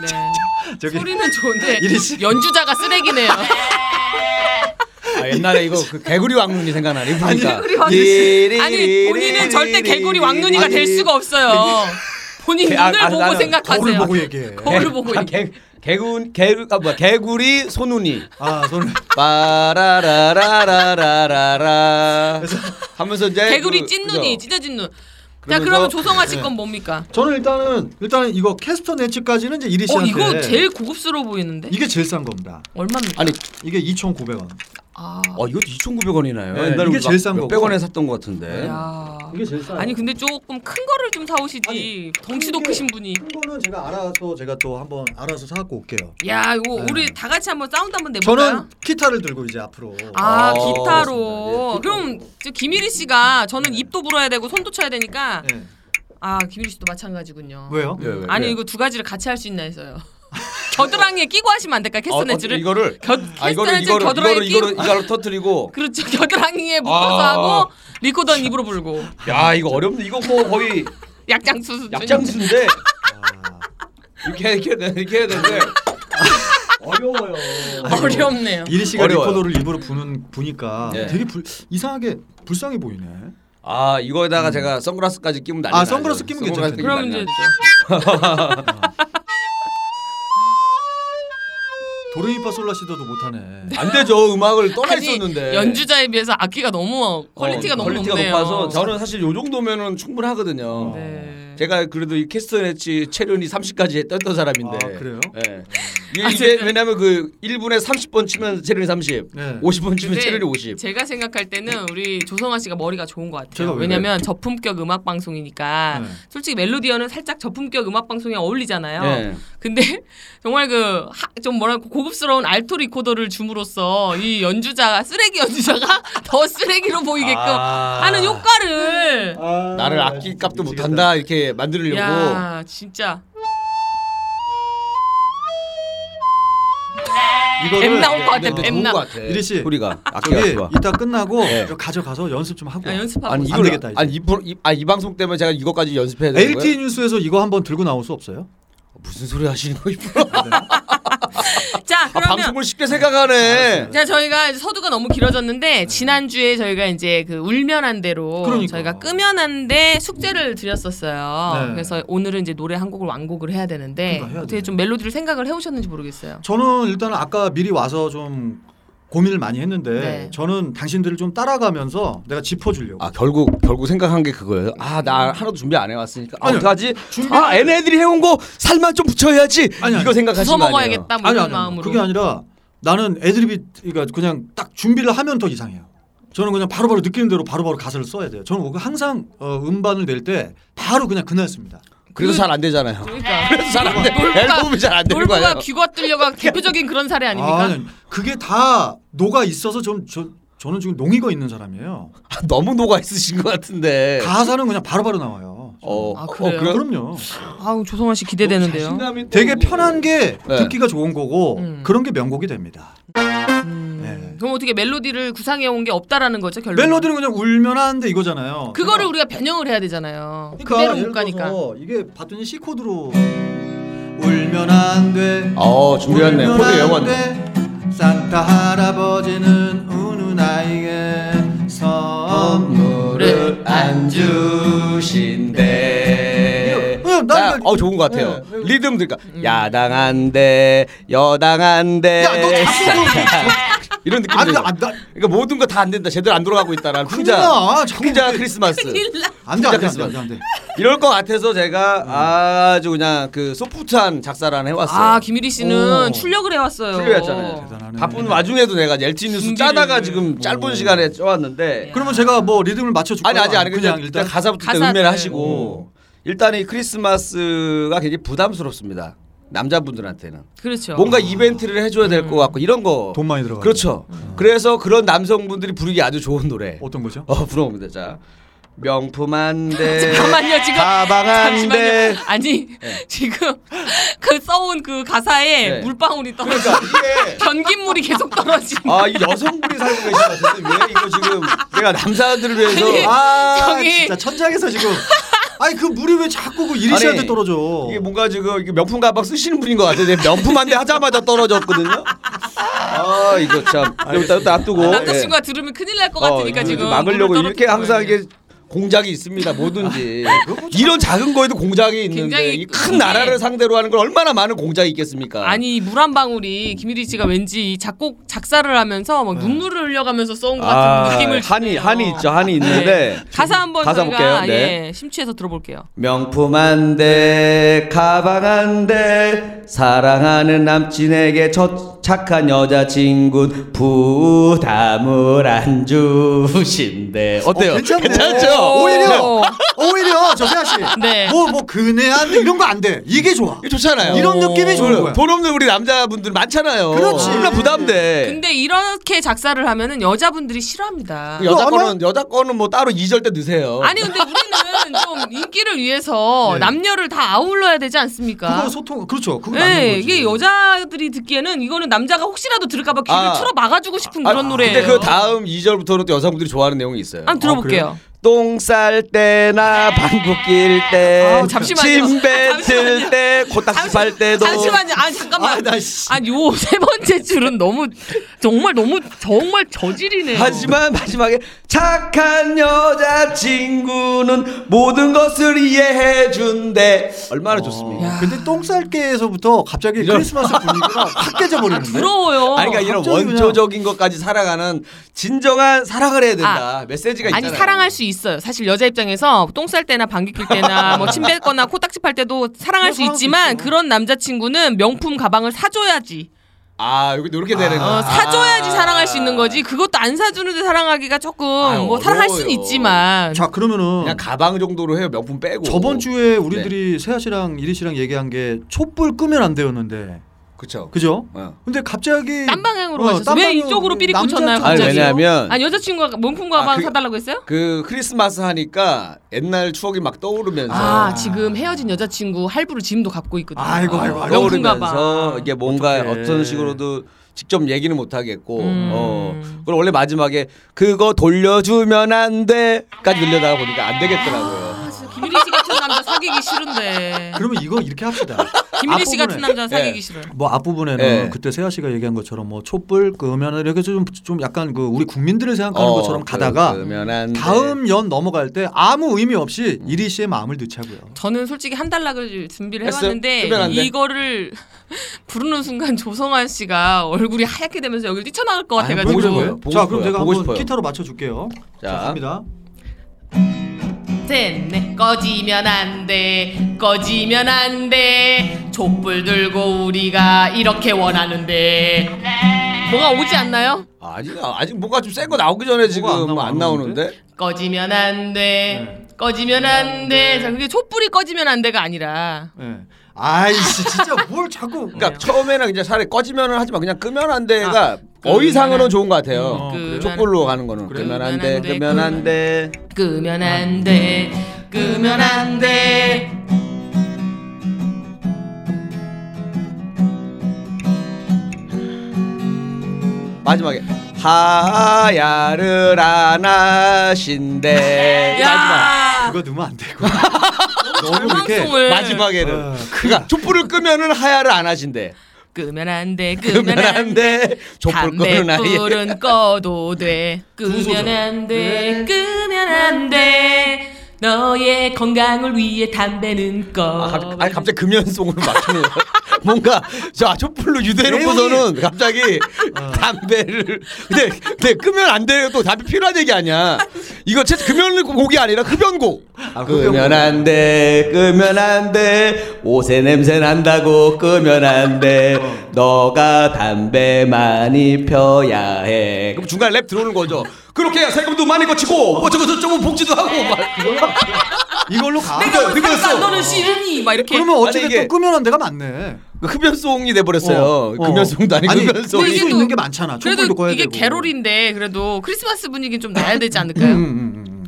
Speaker 3: 네.
Speaker 2: 저기
Speaker 3: 소리는 좋은데
Speaker 2: 이리 씨.
Speaker 3: 연주자가 쓰레기네요.
Speaker 1: 아, 옛날에 이거 그 개구리 왕눈이 생각나니 보니까. 예,
Speaker 3: 개구리 왕눈이. 아니 본인은 절대 개구리 왕눈이가 될 수가 없어요. 본인
Speaker 1: 개- 아,
Speaker 3: 눈을
Speaker 1: 아,
Speaker 3: 보고
Speaker 1: 나는
Speaker 2: 거울을
Speaker 3: 생각하세요.
Speaker 2: 보고 얘기해.
Speaker 3: 거울을 보고
Speaker 1: 아, 개 개구 개구 아 뭐야 개구리 손눈이.
Speaker 2: 아, 손을
Speaker 1: 빠라라라라라라라. 하면서 이제
Speaker 3: 개구리
Speaker 1: 그-
Speaker 3: 찐눈이
Speaker 1: 그죠?
Speaker 3: 찢어 진눈. 자
Speaker 1: 그러면서-
Speaker 3: 그러면 조성아 씨 건 뭡니까?
Speaker 2: 저는 일단은 일단은 이거 캐스터 네츠까지는 이제 이리
Speaker 3: 어
Speaker 2: 씨한테
Speaker 3: 이거 제일 고급스러워 보이는데
Speaker 2: 이게 제일 싼 겁니다.
Speaker 3: 얼마입니까?
Speaker 1: 아니
Speaker 2: 이게 2,900원.
Speaker 3: 아,
Speaker 1: 어 이것도 2,900원이나요.
Speaker 2: 네,
Speaker 1: 옛날에
Speaker 2: 이게
Speaker 1: 우리
Speaker 2: 제일 싼
Speaker 1: 막
Speaker 2: 거고.
Speaker 1: 몇백 원에 샀던 것 같은데.
Speaker 3: 야.
Speaker 2: 이게 제일 싸요.
Speaker 3: 아니 근데 조금 큰 거를 좀 사오시지
Speaker 2: 아니,
Speaker 3: 덩치도
Speaker 2: 큰 게-
Speaker 3: 크신 분이.
Speaker 2: 큰 거는 제가 알아서 제가 또 한번 알아서 사갖고 올게요.
Speaker 3: 야 이거
Speaker 2: 네.
Speaker 3: 우리 다 같이 한번 사운드 한번 내볼까요?
Speaker 2: 저는 기타를 들고 이제 앞으로.
Speaker 3: 네, 아
Speaker 1: 어,
Speaker 3: 기타로
Speaker 2: 그렇습니다. 예, 기타로.
Speaker 3: 그럼 저 김일희 씨가 저는
Speaker 2: 네.
Speaker 3: 입도 불어야 되고 손도 쳐야 되니까
Speaker 2: 예.
Speaker 3: 아 김일희 씨도 마찬가지군요.
Speaker 2: 왜요?
Speaker 1: 예, 예,
Speaker 3: 아니
Speaker 1: 예.
Speaker 3: 이거 두 가지를 같이 할 수 있나 해서요. 겨드랑이에 끼고 하시면 안
Speaker 1: 어,
Speaker 3: 될까
Speaker 1: 어,
Speaker 3: 캐스네즈를?
Speaker 1: 이거를
Speaker 3: 겨-
Speaker 1: 아 이거를
Speaker 3: 캐스터네즈를
Speaker 1: 이거를 이거를
Speaker 3: 겨드랑이에
Speaker 1: 이거를
Speaker 3: 끼고
Speaker 1: 이거를 터뜨리고
Speaker 3: 그렇죠 겨드랑이에 묶어서
Speaker 1: 아.
Speaker 3: 하고 리코더는 입으로 불고
Speaker 1: 야 이거 어렵네 이거 뭐 거의
Speaker 3: 약장수 수준.
Speaker 1: 약장수인데
Speaker 2: 아.
Speaker 1: 이렇게 이렇게 해야 되- 이렇게 해야 되는데 아, 어려워요. 아,
Speaker 3: 어렵네요.
Speaker 2: 이리 씨가
Speaker 1: 어려워요.
Speaker 2: 리코더를 입으로 부는 부니까
Speaker 1: 네.
Speaker 2: 되게 불, 이상하게 불쌍해 보이네.
Speaker 1: 아 이거에다가 제가 선글라스까지 끼면 난리
Speaker 2: 음. 아,
Speaker 1: 나죠.
Speaker 2: 선글라스 끼면
Speaker 1: 선글라스
Speaker 2: 괜찮겠네.
Speaker 1: 끼면
Speaker 3: 그럼
Speaker 1: 난리
Speaker 3: 이제
Speaker 1: 나죠.
Speaker 2: 도레미파솔라시도도 못하네.
Speaker 1: 안 되죠 음악을 떠나
Speaker 3: 아니,
Speaker 1: 있었는데
Speaker 3: 연주자에 비해서 악기가 너무 퀄리티가
Speaker 1: 어,
Speaker 3: 너무
Speaker 1: 퀄리티가
Speaker 3: 높네요.
Speaker 1: 높아서 저는 사실 요 정도면은 충분하거든요.
Speaker 3: 네.
Speaker 1: 제가 그래도 이 캐스터네치 체르니 30까지 떴던 사람인데.
Speaker 2: 아, 그래요?
Speaker 1: 예. 이게 이제 왜냐면 그 1분에 30번 치면 체르니 30,
Speaker 2: 네.
Speaker 1: 50번 치면
Speaker 3: 근데
Speaker 1: 체르니 50.
Speaker 3: 제가 생각할 때는 우리 조성아 씨가 머리가 좋은 것 같아요.
Speaker 2: 제가 왜
Speaker 3: 왜냐면 저품격 음악 방송이니까
Speaker 2: 네.
Speaker 3: 솔직히 멜로디언은 살짝 저품격 음악 방송에 어울리잖아요.
Speaker 1: 예. 근
Speaker 3: 근데 정말 그 좀 뭐랄까 고급스러운 알토 리코더를 줌으로써 이 연주자가 쓰레기 연주자가 더 쓰레기로 보이게끔 그
Speaker 1: 아.
Speaker 3: 하는 효과를
Speaker 2: 아,
Speaker 1: 나를 악기 값도 못한다 이렇게 만들려고.
Speaker 3: 야 진짜
Speaker 2: 이거를
Speaker 3: 엠 나올 것 같아.
Speaker 1: 근데 네, 좋은
Speaker 3: 엠나.
Speaker 1: 것 같아.
Speaker 2: 이리 씨.
Speaker 1: 소리가 악기가
Speaker 2: 저기
Speaker 1: 좋아.
Speaker 2: 이따 끝나고
Speaker 1: 네.
Speaker 2: 저 가져가서 연습 좀 하고.
Speaker 3: 아, 연습하고
Speaker 1: 아니
Speaker 2: 안
Speaker 1: 이걸
Speaker 2: 되겠다, 이제.
Speaker 1: 아니 이, 프로- 이, 아, 이 방송 때문에 제가 이것까지 연습해야 되는
Speaker 2: LT
Speaker 1: 거예요?
Speaker 2: 뉴스에서 이거 한번 들고 나올 수 없어요?
Speaker 1: 무슨 소리 하시는 거예요? 이분?
Speaker 3: 자
Speaker 1: 아,
Speaker 3: 그러면
Speaker 1: 방송을 쉽게 생각하네.
Speaker 3: 자 저희가 이제 서두가 너무 길어졌는데 지난주에 저희가 이제 그 울면한 대로
Speaker 2: 네. 그러니까.
Speaker 3: 저희가 끄면한데 숙제를 드렸었어요.
Speaker 2: 네.
Speaker 3: 그래서 오늘은 이제 노래 한 곡을 완곡을 해야 되는데
Speaker 2: 그러니까 해야
Speaker 3: 어떻게
Speaker 2: 돼.
Speaker 3: 좀 멜로디를 생각을 해오셨는지 모르겠어요.
Speaker 2: 저는 일단 아까 미리 와서 좀 고민을 많이 했는데
Speaker 3: 네.
Speaker 2: 저는 당신들을 좀 따라가면서 내가 짚어주려고.
Speaker 1: 아 결국 결국 생각한 게 그거예요. 아 나 하나도 준비 안 해왔으니까 아,
Speaker 2: 아니요.
Speaker 1: 어떡하지?
Speaker 2: 준비를-
Speaker 1: 아 애네들이 해온 거 살만 좀 붙여야지.
Speaker 2: 아니요,
Speaker 1: 이거
Speaker 2: 아니요.
Speaker 1: 생각하시면
Speaker 3: 부서 먹어야겠다 뭐
Speaker 2: 아니,
Speaker 3: 이런
Speaker 2: 아니, 아니.
Speaker 3: 마음으로.
Speaker 2: 그게 아니라 나는 애드립이 그러니까 그냥 딱 준비를 하면 더 이상해요. 저는 그냥 바로바로 느끼는 대로 바로바로 가사를 써야 돼요. 저는 그 항상 어, 음반을 낼 때 바로 그냥 그날 씁니다.
Speaker 1: 그래서 잘 안 되잖아요.
Speaker 3: 그러니까
Speaker 1: 그래서 잘 안 돼.
Speaker 3: 놀부가-
Speaker 1: 앨범이 잘 안 되는 거예요.
Speaker 3: 돌고가 귀가 뚫려가 대표적인 그런 사례 아닙니까?
Speaker 2: 아, 아니, 그게 다 녹아 있어서 좀 저, 저는 지금 농익어 있는 사람이에요.
Speaker 1: 아, 너무 녹아 있으신 것 같은데.
Speaker 2: 가사는 그냥 바로바로 나와요.
Speaker 1: 어,
Speaker 3: 아, 그래요?
Speaker 1: 그래요?
Speaker 2: 그럼요.
Speaker 3: 아우 조성아 씨 기대되는데요.
Speaker 1: 자신감이 또
Speaker 2: 되게
Speaker 1: 뭐-
Speaker 2: 편한 게
Speaker 1: 네.
Speaker 2: 듣기가 좋은 거고
Speaker 3: 음.
Speaker 2: 그런 게 명곡이 됩니다. 네.
Speaker 3: 음, 그럼 어떻게 멜로디를 구상해 온 게 없다라는 거죠 결론?
Speaker 2: 멜로디는 그냥 울면 하는데 이거잖아요.
Speaker 3: 그거를 우리가 변형을 해야 되잖아요.
Speaker 2: 그러니까
Speaker 3: 그대로 못
Speaker 2: 예를
Speaker 3: 가니까.
Speaker 2: 들어서 이게 봤더니 C 코드로 울면 안 돼.
Speaker 1: 어 준비했네.
Speaker 2: 울면
Speaker 1: 코드
Speaker 2: 안
Speaker 1: 영원.
Speaker 2: 돼. 산타 할아버지는 우는 아이에게 선물을
Speaker 3: 네.
Speaker 2: 안 주신대. 예, 난
Speaker 1: 딱,
Speaker 2: 이거-
Speaker 1: 어 좋은 것 같아요.
Speaker 2: 예, 예.
Speaker 1: 리듬 들까 야당 안 돼, 여당 안 돼.
Speaker 2: 야, 너 자꾸
Speaker 1: 이런 느낌.
Speaker 2: 아니
Speaker 1: 들어요.
Speaker 2: 안 나.
Speaker 1: 그러니까 모든 거 다 안 된다. 제대로 안 돌아가고 있다라는
Speaker 2: 큰일
Speaker 1: 풍자.
Speaker 2: 나. 자꾸
Speaker 1: 풍자
Speaker 2: 그렇게-
Speaker 1: 크리스마스.
Speaker 3: 큰일 나.
Speaker 2: 안돼 안돼
Speaker 1: 시작했어.
Speaker 2: 안돼 안돼.
Speaker 1: 이럴 것 같아서 제가 아주 그냥 그 소프트한 작사를 해왔어요.
Speaker 3: 아 김유리 씨는
Speaker 2: 오.
Speaker 3: 출력을 해왔어요.
Speaker 1: 출력했잖아요.
Speaker 2: 대단하네.
Speaker 1: 바쁜 와중에도 내가 LT 뉴스
Speaker 3: 준비를-
Speaker 1: 짜다가 지금
Speaker 2: 음.
Speaker 1: 짧은 시간에 써왔는데
Speaker 2: 그러면 제가 뭐 리듬을 맞춰 줄까요?
Speaker 1: 아니 아직 아니 그냥, 일단, 가사부터 일단 음미를
Speaker 3: 가사들. 네.
Speaker 1: 하시고 일단 이 크리스마스가 굉장히 부담스럽습니다. 남자분들한테는
Speaker 3: 그렇죠.
Speaker 1: 뭔가 이벤트를 해줘야 될
Speaker 3: 음.
Speaker 1: 것 같고 이런 거
Speaker 2: 돈 많이 들어가.
Speaker 1: 그렇죠. 그래서 그런 남성분들이 부르기 아주 좋은 노래.
Speaker 2: 어떤 거죠?
Speaker 1: 어 부러웁니다. 자 명품 한대
Speaker 3: 잠깐만요 지금
Speaker 1: 가방 한대 예.
Speaker 3: 잠시만요. 아니 지금 그 써온 그 가사에
Speaker 1: 네.
Speaker 3: 물방울이 떨어져
Speaker 1: 그러니까 이게
Speaker 3: 변기물이 계속 떨어지는
Speaker 1: 아, 이 여성분이 살고 계신 것 같은데 왜 이거 지금 내가 남자들을 위해서
Speaker 3: 아니,
Speaker 1: 아,
Speaker 2: 아
Speaker 3: 저기-
Speaker 2: 진짜 천장에서 지금 아니 그 물이 왜 자꾸 그 이리
Speaker 1: 아니,
Speaker 2: 씨한테 떨어져?
Speaker 1: 이게 뭐 뭔가 지금 이게 명품 가방 쓰시는 분인 것 같아요. 명품 한 대 하자마자 떨어졌거든요. 아 이거 참 일단 일단 놔두고
Speaker 3: 아,
Speaker 1: 예.
Speaker 3: 남자친구가 들으면 큰일 날 것 같으니까
Speaker 1: 어, 이거
Speaker 3: 지금
Speaker 1: 막으려고
Speaker 3: 물을
Speaker 1: 이렇게
Speaker 3: 떨어뜨린
Speaker 1: 항상
Speaker 3: 거예요. 아,
Speaker 1: 이게 공작이 있습니다. 뭐든지 이런 작은 거에도 공작이 있는데
Speaker 3: 굉장히
Speaker 1: 이
Speaker 3: 그게-
Speaker 1: 큰 나라를 상대로 하는 걸 얼마나 많은 공작이 있겠습니까?
Speaker 3: 아니 물 한 방울이 김일희 씨가 왠지 이 작곡 작사를 하면서 막 눈물을 흘려가면서 써온 것 같은 느낌을
Speaker 1: 네. 아, 한이
Speaker 3: 주네요.
Speaker 1: 한이 있죠 한이 있는데
Speaker 3: 네. 가사 한번
Speaker 1: 가사
Speaker 3: 저희가
Speaker 1: 볼게요. 네.
Speaker 3: 예, 심취해서 들어볼게요.
Speaker 1: 명품 한 대, 가방 한 대, 사랑하는 남친에게 저 착한 여자친구 부담을 안 주신대. 어때요?
Speaker 2: 어, 괜찮네.
Speaker 1: 괜찮죠? 네.
Speaker 2: 오히려 오히려 저세아 씨.
Speaker 3: 네.
Speaker 2: 뭐 뭐 그네한테 이런 거 안 돼. 이게 좋아.
Speaker 1: 이거 좋잖아요.
Speaker 2: 이런 느낌이 좋은 거야.
Speaker 1: 돈 없는 우리 남자분들 많잖아요.
Speaker 2: 그렇지.
Speaker 1: 몰라 부담돼.
Speaker 3: 근데 이렇게 작사를 하면은 여자분들이 싫어합니다.
Speaker 1: 그 여자
Speaker 2: 이거 아마-
Speaker 1: 거는 여자 거는 뭐 따로 2절 때 넣으세요.
Speaker 3: 아니 근데 우리는 좀 인기를 위해서
Speaker 2: 네.
Speaker 3: 남녀를 다 아울러야 되지 않습니까?
Speaker 2: 그거 소통 그렇죠. 그거 맞는
Speaker 3: 네,
Speaker 2: 거지.
Speaker 3: 이게 여자들이 듣기에는 이거는 남자가 혹시라도 들을까봐 귀를
Speaker 1: 아.
Speaker 3: 틀어 막아주고 싶은 그런 노래예요.
Speaker 1: 근데 그 다음 2절부터는 또 여성분들이 좋아하는 내용이 있어요.
Speaker 3: 한번 들어볼게요.
Speaker 1: 똥 쌀 때나 방구 낄때
Speaker 3: 아우, 잠시만요. 잠시만요.
Speaker 1: 침뱉을때 코딱지 빨 때도
Speaker 3: 잠시만요. 아 잠깐만.
Speaker 2: 아, 나 씨.
Speaker 3: 아, 요 세 번째 줄은 너무 정말 너무 정말 저질이네요.
Speaker 1: 하지만 마지막에 착한 여자친구는 모든 것을 이해해 준대 얼마나 좋습니까?
Speaker 3: 야.
Speaker 2: 근데 똥쌀개에서부터 갑자기 크리스마스 분위기가 확 깨져 버리는데.
Speaker 3: 부러워요.
Speaker 1: 아니 그러니까 이런
Speaker 2: 갑자기 그냥-
Speaker 1: 원초적인 것까지 살아가는 진정한 사랑을 해야 된다 메시지가 있잖아요.
Speaker 3: 아니 사랑할 수 있어요. 사실 여자 입장에서 똥 쌀 때나 방귀 낄 때나 뭐 침 뱉거나 코딱지 팔 때도 사랑할 수 있지만 그런 남자친구는 명품 가방을 사줘야지.
Speaker 1: 아 여기 이렇게 되는 거
Speaker 3: 어, 사줘야지 사랑할 수 있는 거지. 그것도 안 사주는데 사랑하기가 조금
Speaker 1: 아유,
Speaker 3: 뭐 사랑할 수는
Speaker 1: 어려워요.
Speaker 3: 있지만.
Speaker 2: 자,
Speaker 1: 그냥
Speaker 2: 그러면은
Speaker 1: 가방 정도로 해요 명품 빼고 네.
Speaker 2: 저번 주에 우리들이 세아 씨랑 이리 씨랑 얘기한 게 촛불 끄면 안 되었는데.
Speaker 1: 그쵸
Speaker 2: 그죠?
Speaker 1: 어.
Speaker 2: 근데 갑자기
Speaker 3: 딴 방향으로
Speaker 2: 어,
Speaker 3: 가셨어.
Speaker 2: 딴
Speaker 3: 왜
Speaker 2: 방향으로
Speaker 3: 이쪽으로 삐리
Speaker 2: 남자한테-
Speaker 3: 꽂혔나요?
Speaker 1: 아니,
Speaker 3: 갑자기?
Speaker 1: 왜냐면-
Speaker 3: 아니, 여자친구가 명품 가방
Speaker 1: 아, 그-
Speaker 3: 사달라고 했어요?
Speaker 1: 그 크리스마스 하니까 옛날 추억이 막 떠오르면서
Speaker 3: 아, 지금 헤어진 여자친구 할부로 짐도 갖고 있거든요.
Speaker 2: 아이고, 아이고, 아이고.
Speaker 3: 명품 가방.
Speaker 1: 떠오르면서 이게 뭔가
Speaker 2: 어떡해.
Speaker 1: 어떤 식으로도 직접 얘기는 못 하겠고
Speaker 3: 음.
Speaker 1: 어 그리고 원래 마지막에 그거 돌려주면 안 돼까지 늘려다가 보니까 안 되겠더라고요.
Speaker 3: 김일희 씨 같은 남자 사귀기 싫은데.
Speaker 2: 그러면 이거 이렇게 합시다.
Speaker 3: 김일희 씨 같은
Speaker 2: 앞부분에-
Speaker 3: 남자 사귀기
Speaker 1: 예.
Speaker 3: 싫어요.
Speaker 2: 뭐 앞부분에는
Speaker 1: 예.
Speaker 2: 그때 세아 씨가 얘기한 것처럼 뭐 촛불 끄면 이렇게 좀, 좀 약간 그 우리 국민들을 생각하는
Speaker 1: 어, 네.
Speaker 2: 것처럼 가다가
Speaker 1: 돌려주면 안 돼.
Speaker 2: 다음 연 넘어갈 때 아무 의미 없이 이리 씨의 마음을 넣자고요.
Speaker 3: 저는 솔직히 한 달락을 준비를
Speaker 1: 했어요?
Speaker 3: 해왔는데
Speaker 1: 쓰면 안 돼?
Speaker 3: 이거를 부르는 순간 조성환 씨가 얼굴이 하얗게 되면서 여길 뛰쳐나갈 것
Speaker 1: 아니, 보고 싶어요.
Speaker 3: 같아가지고
Speaker 1: 보고
Speaker 2: 자,
Speaker 1: 싶어요.
Speaker 2: 그럼 제가
Speaker 1: 보고
Speaker 2: 한번
Speaker 1: 싶어요.
Speaker 2: 기타로 맞춰줄게요.
Speaker 1: 자.
Speaker 2: 자, 갑니다.
Speaker 3: 셋네 꺼지면 안돼 꺼지면 안돼 촛불 들고 우리가 이렇게 원하는데 뭐가 오지 않나요?
Speaker 1: 아직 아직 뭔가 좀 센 거 나오기 전에 지금
Speaker 2: 뭐가 안 나와,
Speaker 1: 안 나오는데
Speaker 3: 꺼지면
Speaker 1: 네.
Speaker 3: 안돼 꺼지면 안돼 자 그게 촛불이 꺼지면 안돼가 아니라
Speaker 2: 예. 아이씨, 진짜 뭘 자꾸.
Speaker 1: 그러니까 처음에는 이제 차라리 꺼지면은 하지만 그냥 끄면 안 돼가
Speaker 3: 아, 어.
Speaker 1: 어휘상으로는
Speaker 3: 끄면
Speaker 1: 좋은 것 같아요.
Speaker 2: 음,
Speaker 3: 끄면
Speaker 1: 촛불로 가는 거는
Speaker 3: 그래.
Speaker 1: 끄면 안 돼,
Speaker 3: 끄면 안 돼,
Speaker 1: 아. 끄면 안 돼.
Speaker 3: 끄면 안돼 끄면 안돼
Speaker 1: 하야를 안 하신데 마지막
Speaker 3: 야.
Speaker 5: 그거 넣으면 안 되고
Speaker 2: 너무 이렇게
Speaker 3: 방송을
Speaker 1: 마지막에는
Speaker 2: 아,
Speaker 1: 그러니까 촛불을 끄면은 하야를 안 하신대
Speaker 3: 끄면 안 돼. 끄면
Speaker 1: 끄면
Speaker 3: 안 돼.
Speaker 1: 안돼 촛불 끄는 아이
Speaker 3: 네, 담배불은 꺼도 돼. 끄면
Speaker 2: 구소절.
Speaker 3: 안 돼. 끄면 안 돼. 너의 건강을 위해 담배는 꺼.
Speaker 1: 아, 갑- 아니 갑자기 금연송으로 맞추는 거야. 뭔가 자 촛불로 유대해놓고서는 갑자기 담배를 근데 근데 끄면 안 돼요 또 담배 필요한 얘기 아니야 이거 채 금연곡이 아니라 흡연곡 끄면 안 돼 끄면 안 돼 옷에 냄새 난다고 끄면 안 돼 너가 담배 많이 펴야 해 그럼 중간에 랩 들어오는 거죠 그렇게 해야 세금도 많이 거치고 어쩌고 저쩌고 복지도 하고 막
Speaker 5: 이걸로 가.
Speaker 3: 내가 왜
Speaker 1: 그거였어.
Speaker 3: 안뭐 너는 싫으니 막 이렇게.
Speaker 5: 그러면
Speaker 1: 뭐 아니,
Speaker 5: 어찌됐든
Speaker 1: 이게-
Speaker 5: 끄면 안 돼가 맞네.
Speaker 1: 그 흡연송이 돼버렸어요.
Speaker 5: 어, 어.
Speaker 1: 금연송도 아니고
Speaker 5: 아니,
Speaker 1: 흡연송.
Speaker 5: 근데
Speaker 1: 이
Speaker 5: 이게- 있는 게 많잖아. 촛불도
Speaker 3: 그래도
Speaker 5: 꺼야
Speaker 3: 이게
Speaker 5: 되고.
Speaker 3: 개롤인데 그래도 크리스마스 분위기 좀 나야 되지 않을까요?
Speaker 5: 음, 음, 음.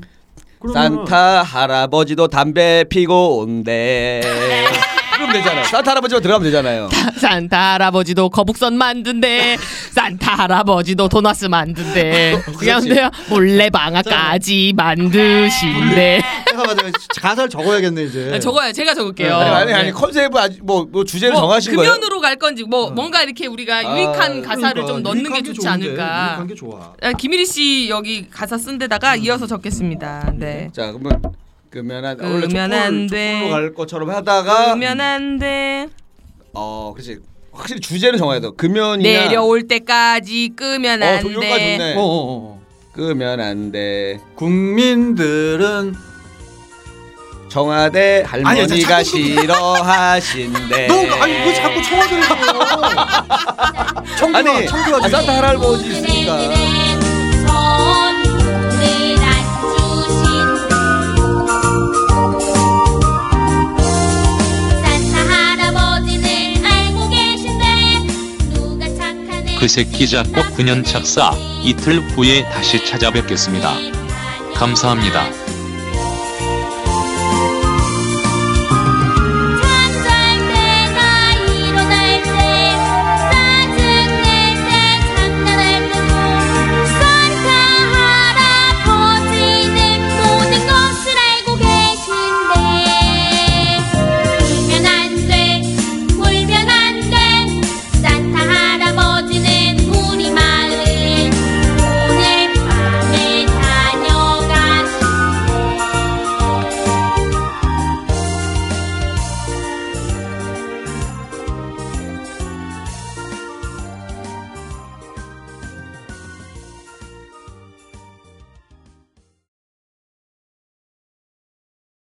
Speaker 5: 그러면은-
Speaker 1: 산타 할아버지도 담배 피고 온대. 그럼 되잖아요. 산타 할아버지만 들어가면 되잖아요.
Speaker 5: 네.
Speaker 3: 산타 할아버지도 거북선 만든대. 산타 할아버지도 도넛 만든대. 그냥
Speaker 1: 어, 그렇지. 네.
Speaker 3: 돼요. 몰래 방아까지 만드신대.
Speaker 5: 내가 맞아. 가사를 적어야겠네 이제.
Speaker 3: 아, 적어요. 제가 적을게요.
Speaker 1: 아니 아니,
Speaker 3: 네.
Speaker 1: 아니 컨셉을 아직 뭐, 뭐 주제를
Speaker 3: 뭐
Speaker 1: 정하신 거예요? 어.
Speaker 3: 금연으로 갈 건지 뭐 뭔가 이렇게 우리가 유익한
Speaker 1: 그러니까,
Speaker 3: 가사를 좀 넣는
Speaker 2: 유익한
Speaker 3: 게 좋지
Speaker 2: 좋은데,
Speaker 3: 않을까.
Speaker 2: 유익한 게 좋아.
Speaker 5: 어,
Speaker 3: 아, 김일희 씨 여기 가사 쓴 데다가
Speaker 1: 음.
Speaker 3: 이어서 적겠습니다. 네.
Speaker 1: 자 그러면 그러면 안- 원래
Speaker 3: 끄면 안
Speaker 1: 촛불,
Speaker 3: 돼.
Speaker 1: 촛불로 갈 것처럼 하다가
Speaker 3: 그러면 안 돼.
Speaker 1: 어 그렇지 확실히 주제를 정해야 돼. 금연이야.
Speaker 3: 내려올 때까지 끄면
Speaker 1: 어
Speaker 3: 안
Speaker 1: 조- 여기까지
Speaker 3: 돼.
Speaker 1: 좋네.
Speaker 5: 어, 어, 어.
Speaker 1: 끄면 안 돼.
Speaker 5: 네. 국민들은
Speaker 1: 청와대
Speaker 5: 아니,
Speaker 1: 할머니가
Speaker 5: 자꾸
Speaker 1: 싫어하신대.
Speaker 5: 너 아니 왜 자꾸 청와대를 아, 청구가
Speaker 1: 아니
Speaker 5: 청구가
Speaker 1: 아, 산타 할아버지 있으니까.
Speaker 6: 그 새끼 작곡 근현 착사 이틀 후에 다시 찾아뵙겠습니다. 감사합니다.